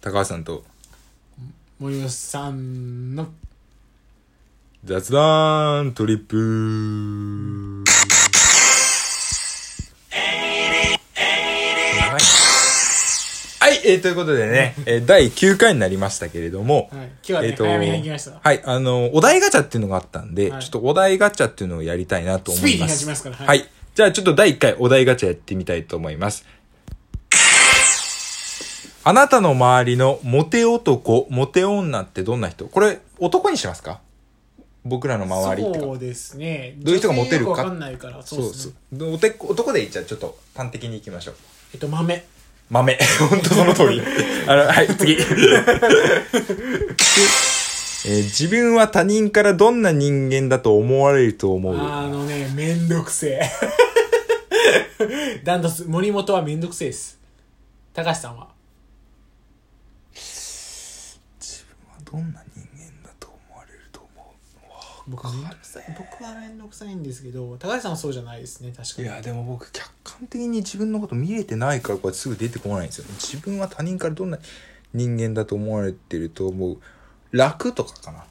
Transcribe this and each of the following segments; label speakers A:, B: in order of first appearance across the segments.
A: 高橋さんと
B: 森吉さんの
A: 雑談トリップ長いなはい、えー、ということでね、えー第9回になりましたけれども、
B: はい今日はね
A: えーと
B: 早めに行きました
A: はい、あの、お題ガチャっていうのがあったんで、
B: はい
A: ちょっとお題ガチャっていうのをやりたいなと思
B: スピーディ
A: いま
B: ーにな
A: す。
B: りますからは
A: はいい、じゃあちょっと第1回お題ガチャやってみたいと思います。あなたの周りのモテ男、モテ女ってどんな人これ、男にしますか僕らの周りってか。
B: そうですね
A: どういう人がモテるか
B: 女性よくわかんないからそうですね
A: そうおて男でいっちゃうちょっと端的にいきましょう。
B: えっと豆
A: 豆。 本当その通り。あの、はい、 次。えー自分は他人からどんな人間だと思われると思う
B: あのねめんどくせえ ダントツ森本はめんどくせえです高橋さんは
A: どんな人間だと思われると思
B: 僕めんどくさい僕はめんどくさいんですけど高橋さんはそうじゃないですね確か
A: い
B: に
A: や、でも僕、客観的に自分のこと見れてないから、これすぐ出てこないんですよね。自分は他人からどんな人間だと思われてると思う。楽とかかな。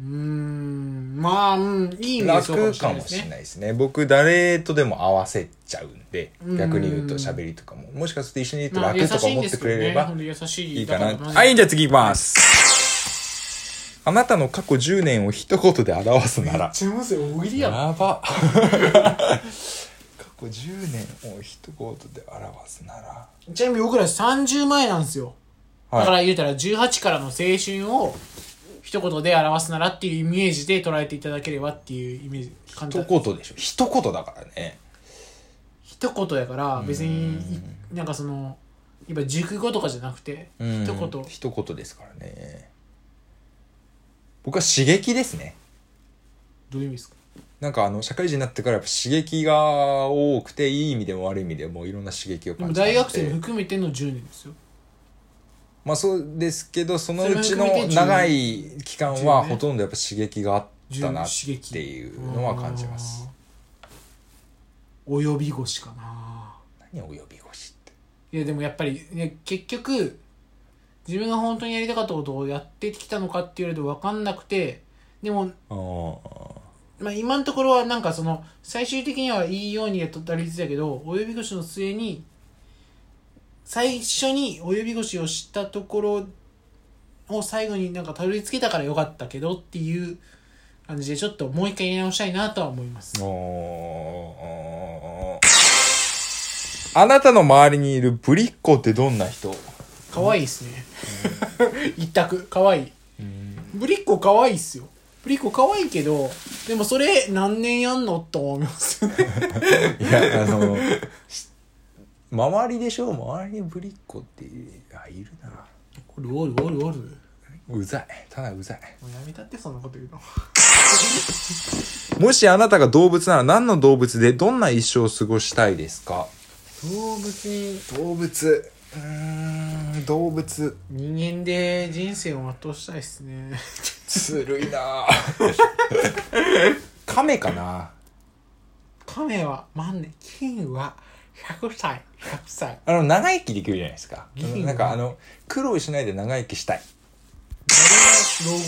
B: うーんまあうんいい意味でそうかも
A: 楽
B: しれ
A: か
B: ないで
A: も
B: す
A: しれ
B: ね
A: ないですね僕誰とでも合わせちゃうんで
B: うん
A: 逆に言うと喋りとかももしかすると一緒にいると
B: まあ
A: 楽
B: 優
A: とか
B: しいん
A: 思っ
B: で
A: て
B: す
A: く
B: けど
A: れれ
B: ね
A: ば
B: ほんと優しい
A: いいかな
B: だら
A: はいじゃあ次いきますあなたの過去10年を一言で表すな
B: めっ
A: ら
B: ちゃまずい大喜利やろ
A: や ば過去10年を一言で表すなら
B: ちなみに僕ら30前なんですよ、だか
A: はい
B: ら言うたら18からの青春を一言で表すならっていうイメージで捉えていただければっていうイメージ簡
A: 一
B: 単
A: 言でしょ一言だからね
B: 一言やから別にいなんかその今熟語とかじゃなくて
A: うん
B: 一言
A: 一言ですからね僕は刺激ですね
B: どういう意味ですか
A: なんかあの社会人になってからやっぱ刺激が多くていい意味でも悪い意味でもいろんな刺激を
B: で
A: 感
B: も
A: じたの
B: 大
A: で
B: 学生も含めての10年ですよ
A: まあそうですけどそのうち
B: それも含め
A: の
B: て
A: 長い期間は
B: 10
A: ほとんどやっぱ刺激があったなっ
B: 10
A: ていうのは感じます
B: あー及び腰かな
A: 何を呼び腰って
B: いやでもやっぱり、ね、結局自分が本当にやりたかったことをやってきたのかって言われると分かんなくてでも、
A: ああ
B: まあ、今のところはなんかその最終的にはいいようにやっとったりだけど及び腰の末に最初に及び腰を知ったところを最後になんかたどり着けたからよかったけどっていう感じでちょっともう一回やり直したいなとは思います。
A: あああなたの周りにいるぶりっ子ってどんな人
B: 可愛いですね。 一択、可愛いブリッコ可愛いっすよ。ブリッコ可愛いけど、でもそれ何年やんのと思い ます。
A: いやあのし周りでしょ周りにぶりっ子ってあいるな
B: おるおるおるおる。も
A: うざいただうざいう
B: やめたってそんなこと言うの。
A: もしあなたが動物なら何の動物でどんな一生を過ごしたいですか
B: 動物に
A: 動物うーん動物
B: 人間で人生を全うしたいっすね。
A: ずるいな 亀かな
B: 亀は万年、金は100歳、100歳。
A: あの長生きできるじゃないですか
B: いいね
A: なんかあの苦労しないで長生きしたい
B: 誰が老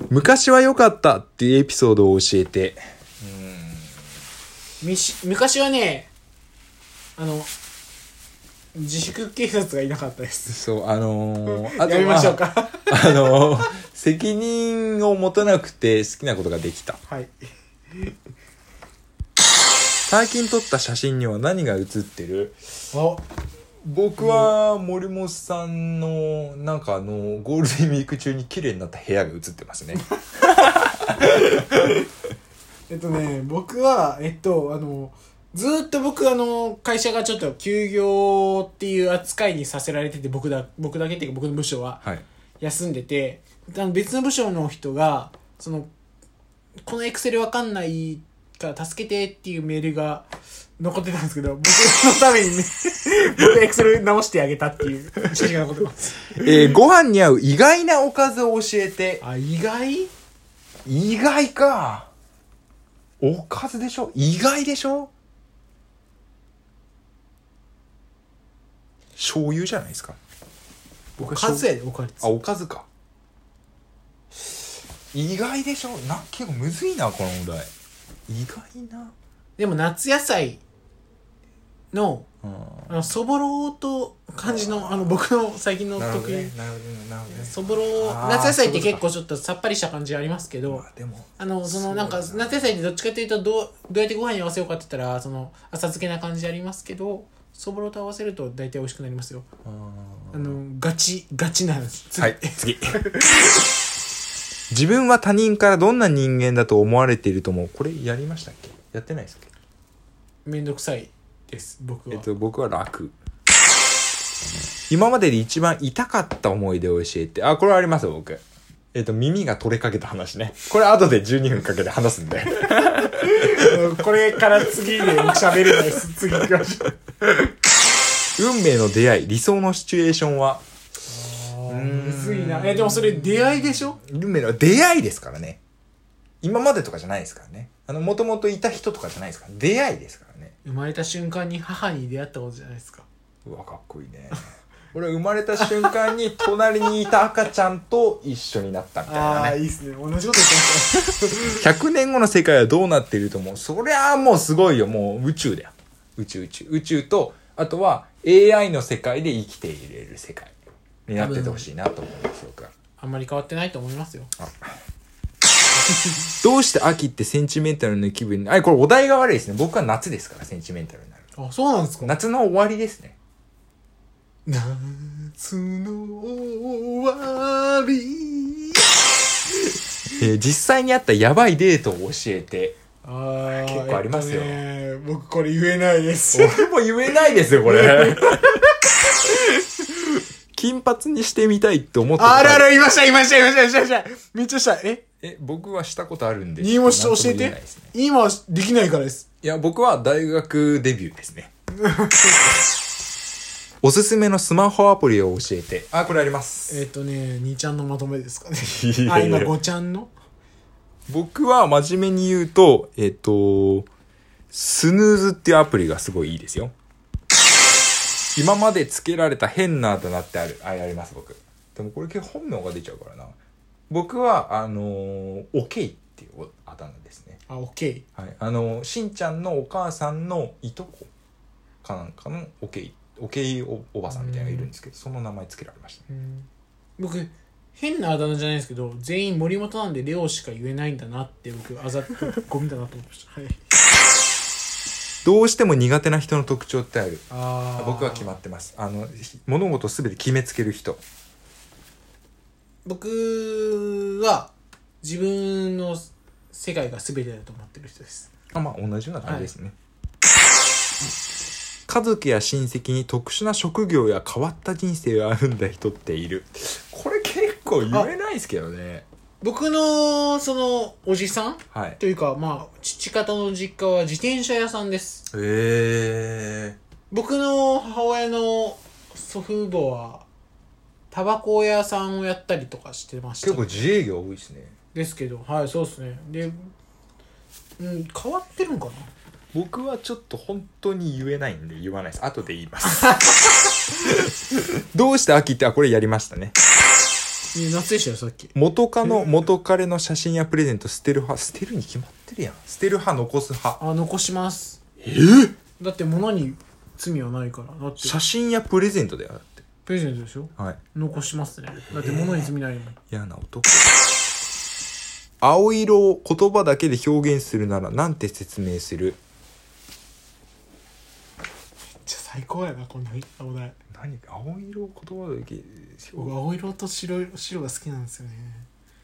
B: 後
A: 昔は良かったっていうエピソードを教えて
B: みし昔はね、あの、自粛警察がいなかったです。
A: そうあのー、あ
B: やめましょうか。
A: あのー、責任を持たなくて好きなことができた
B: はい。
A: 最近撮った写真には何が写ってる
B: お
A: 僕は森本さんのなんかあのゴールデンウィーク中に綺麗になった部屋が映ってますね
B: えっとね、僕は、えっと、あの、ずーっと僕、あの、会社がちょっと休業っていう扱いにさせられてて、僕だ、僕だけっていうか僕の部署は
A: はい
B: 休んでて、あの別の部署の人が、その、このエクセルわかんないから助けてっていうメールが残ってたんですけど、僕のためにね、 僕エクセル直してあげたっていう写真が残ってます。
A: えー、ご飯に合う意外なおかずを教えて
B: あ、意外
A: 意外かおかずでしょ意外でしょ醤油じゃないですか僕
B: お
A: は
B: かずやでおかず
A: あおかずか意外でしょな結構むずいなこのお題意外な
B: でも夏野菜の
A: うん
B: あのそぼろと感じのあの僕の最近の
A: なるほど
B: 得
A: ね
B: 意
A: なるほどねなるほどね
B: そぼろ
A: あー
B: 夏野菜って
A: そういう
B: 結
A: こと
B: 構ちょっとさっぱりした感じありますけど
A: まあでも
B: あのそ
A: そう
B: のなんか夏野菜ってどっちかというとどうどうやってご飯に合わせようかって言ったらその浅漬けな感じありますけどそぼろと合わせると大体美味しくなりますよあのガチガチなんです
A: はい、次。自分は他人からどんな人間だと思われていると思うこれやりましたっけやってないですっけ
B: めんどくさいです僕は、
A: えっと、僕は楽。今までで一番痛かった思い出を教えて。あ、これはありますよ、僕。えっと、耳が取れかけた話ね。これ後で12分かけて話すんで。
B: これから次で喋れないです次行きましょう
A: 運命の出会い、理想のシチュエーションは
B: むずいなえでもそれ出会いでしょ
A: 運命の出会いですからね。今までとかじゃないですからね。あの、もともといた人とかじゃないですから。出会いですからね。
B: 生まれた瞬間に母に出会ったことじゃないですか
A: うわかっこいいね 俺生まれた瞬間に隣にいた赤ちゃんと一緒になったみたいなね
B: いいですね同じこと言ってました
A: 100年後の世界はどうなっていると思うそりゃあもうすごいよもう宇宙だよ宇宙宇宙宇宙とあとは AI の世界で生きていれる世界になっててほしいなと思うんですよ僕は
B: あんまり変わってないと思いますよ
A: どうして秋ってセンチメンタルの気分にあこれお題が悪いですね僕は夏ですからセンチメンタルになる
B: あそうなんですか
A: 夏の終わりですね
B: 夏の終わ
A: え
B: り
A: ー実際にあったやばいデートを教えて
B: あー
A: 結構ありますよ
B: えっとね僕これ言えないです
A: 俺も言えないですよ、こ れ。金髪にしてみたいって思って
B: あらあらいましたいましたいましたいましたいましためっちゃしたえ
A: え、僕はしたことあるんで。
B: 新も教え
A: なんとも言
B: て
A: ないですね
B: 今はできないからです
A: いや、僕は大学デビューですね。 おすすめのスマホアプリを教えて。あ、これあります。
B: えっ、とね2ちゃんのまとめですかね
A: いや
B: あ
A: いや
B: 今5ちゃんの
A: 僕は真面目に言うと、えっ、と、スヌーズっていうアプリがすごいいいですよ。今までつけられた変なあだなってある、あれあります、僕。でもこれ結構本名が出ちゃうからな。僕は、あのー、オケイっていうあだ名ですね。
B: あ OK
A: はい。あのー、しんちゃんのお母さんのいとこかなんかのオケイ、オケイおおばさんみたいなのがいるんですけど、その名前つけられましたね。
B: うん僕変なあだ名じゃないですけど全員森本なんでレオしか言えないんだなって僕あざっとゴミだなと思いました、はい、
A: どうしても苦手な人の特徴ってある。
B: あー
A: 僕は決まってますあのひ物事すべて決めつける人
B: 僕は自分の世界が全てだと思ってる人です
A: あまあ同じような感じですね、家族や親戚に特殊な職業や変わった人生を歩んだ人っているこれ結構言えないですけどね
B: 僕のそのおじさん
A: はい
B: というかまあ父方の実家は自転車屋さんです
A: え
B: 僕の母親の祖父母はタバコ屋さんをやったりとかしてました
A: 結構自営業多いですね
B: ですけどはいそうですねで、うん、変わってるんかな
A: 僕はちょっと本当に言えないんで言わないです後で言いますどうして秋ってあこれやりましたね
B: いや夏でしたよさっき
A: 元カノ元彼の写真やプレゼント捨てる派捨てるに決まってるやん捨てる派残す派
B: あ残しますえだって物に罪はないからだって
A: 写真やプレゼントだよだって
B: プレゼントでしょ
A: はい
B: 残しますねだって物に罪ないもん
A: 嫌な男青色を言葉だけで表現するならなんて説明する
B: じゃ最高やなこんなお題
A: 何青色を言葉だけで
B: 僕
A: 表
B: 青色と白い白が好きなんですよね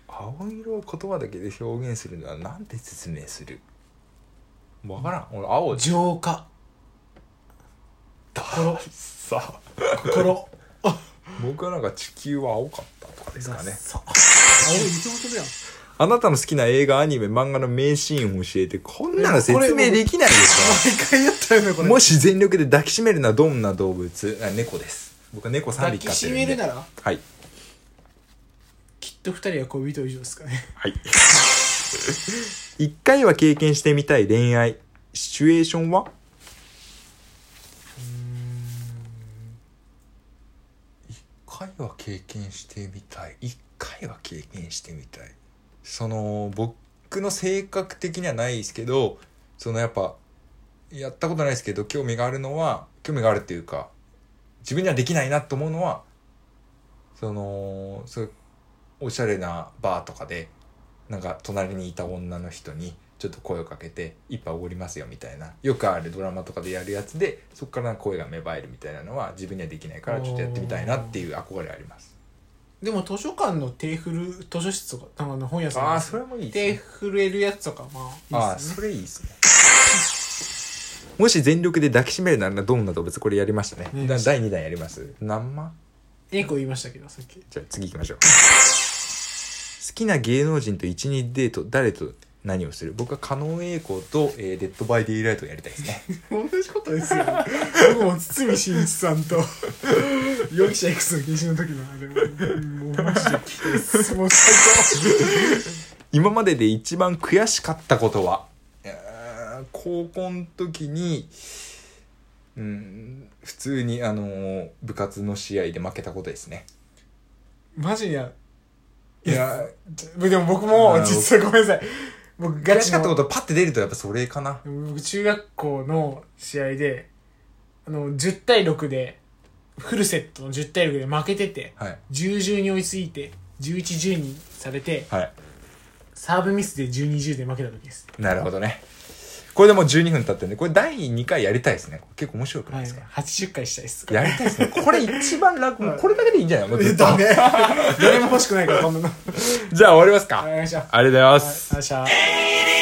A: 青色を言葉だけで表現するならなんて説明するわからん俺青じ
B: 浄化心
A: さ
B: 心
A: 僕はなんか地球は青かったとかですかね
B: そう青いつもとだよ
A: あなたの好きな映画アニメ漫画の名シーンを教えてこんなの説明できないでしょ
B: 毎回やったよねこれ
A: もし全力で抱きしめるのはどんな動物あ猫です僕は猫3
B: 抱
A: 匹
B: き
A: 飼って
B: し
A: るんで
B: めるなら
A: はい
B: きっと二人は恋人以上ですかね
A: はい 一回は経験してみたい恋愛シチュエーションは
B: 一
A: 回は経験してみたい一回は経験してみたいその僕の性格的にはないですけどそのやっぱやったことないですけど興味があるのは興味があるっていうか自分にはできないなと思うのはそのそういうおしゃれなバーとかでなんか隣にいた女の人にちょっと声をかけて「一杯おごりますよ」みたいなよくあるドラマとかでやるやつでそこから声が芽生えるみたいなのは自分にはできないからちょっとやってみたいなっていう憧れあります。
B: でも図書館の手振る図書室とかなんか本屋さんの
A: ああそれもいい
B: 手
A: ですね。
B: 震えるやつとかまあい
A: あ
B: い
A: あ
B: ですね
A: それいいですね。もし全力で抱きしめるならどんな動物これやりましたね。
B: うん
A: だ第2弾やります。何万
B: 猫言いましたけどさっき
A: じゃあ次行きましょう。好きな芸能人と1、2デート、誰と何をする僕は狩野英孝と、えーデッドバイデイライトをやりたいですね。
B: 同じことですよ僕も堤真一さんと 容疑者 X の禁止の時のあれももうマジで聞きたいですもう最
A: 今までで一番悔しかったことはえー高校の時に、うん、普通にあのー部活の試合で負けたことですね。
B: 高マジや
A: いや、
B: でも僕も
A: あー
B: 実はごめんなさい僕ガ
A: 悔
B: チ
A: しか
B: の
A: ったことパッて出るとやっぱそれかな。
B: 僕中学校の試合であの10対6でフルセットの10対6で負けてて
A: はい。
B: 10-10に追いすぎて11-10にされて
A: はい。
B: サーブミスで12-10で負けた時です
A: なるほどね。これでもう12分経ってるんで、これ第2回やりたいですね。結構面白くない
B: はい
A: ですか、
B: 80回したいっす
A: やりたいですね。これ一番楽、もうこれだけでいいんじゃないもうずっと
B: ダメ誰も欲しくないからこんなの
A: じゃあ終わりますか。
B: お願いします
A: ありがとうございま
B: はい
A: す。
B: お願いします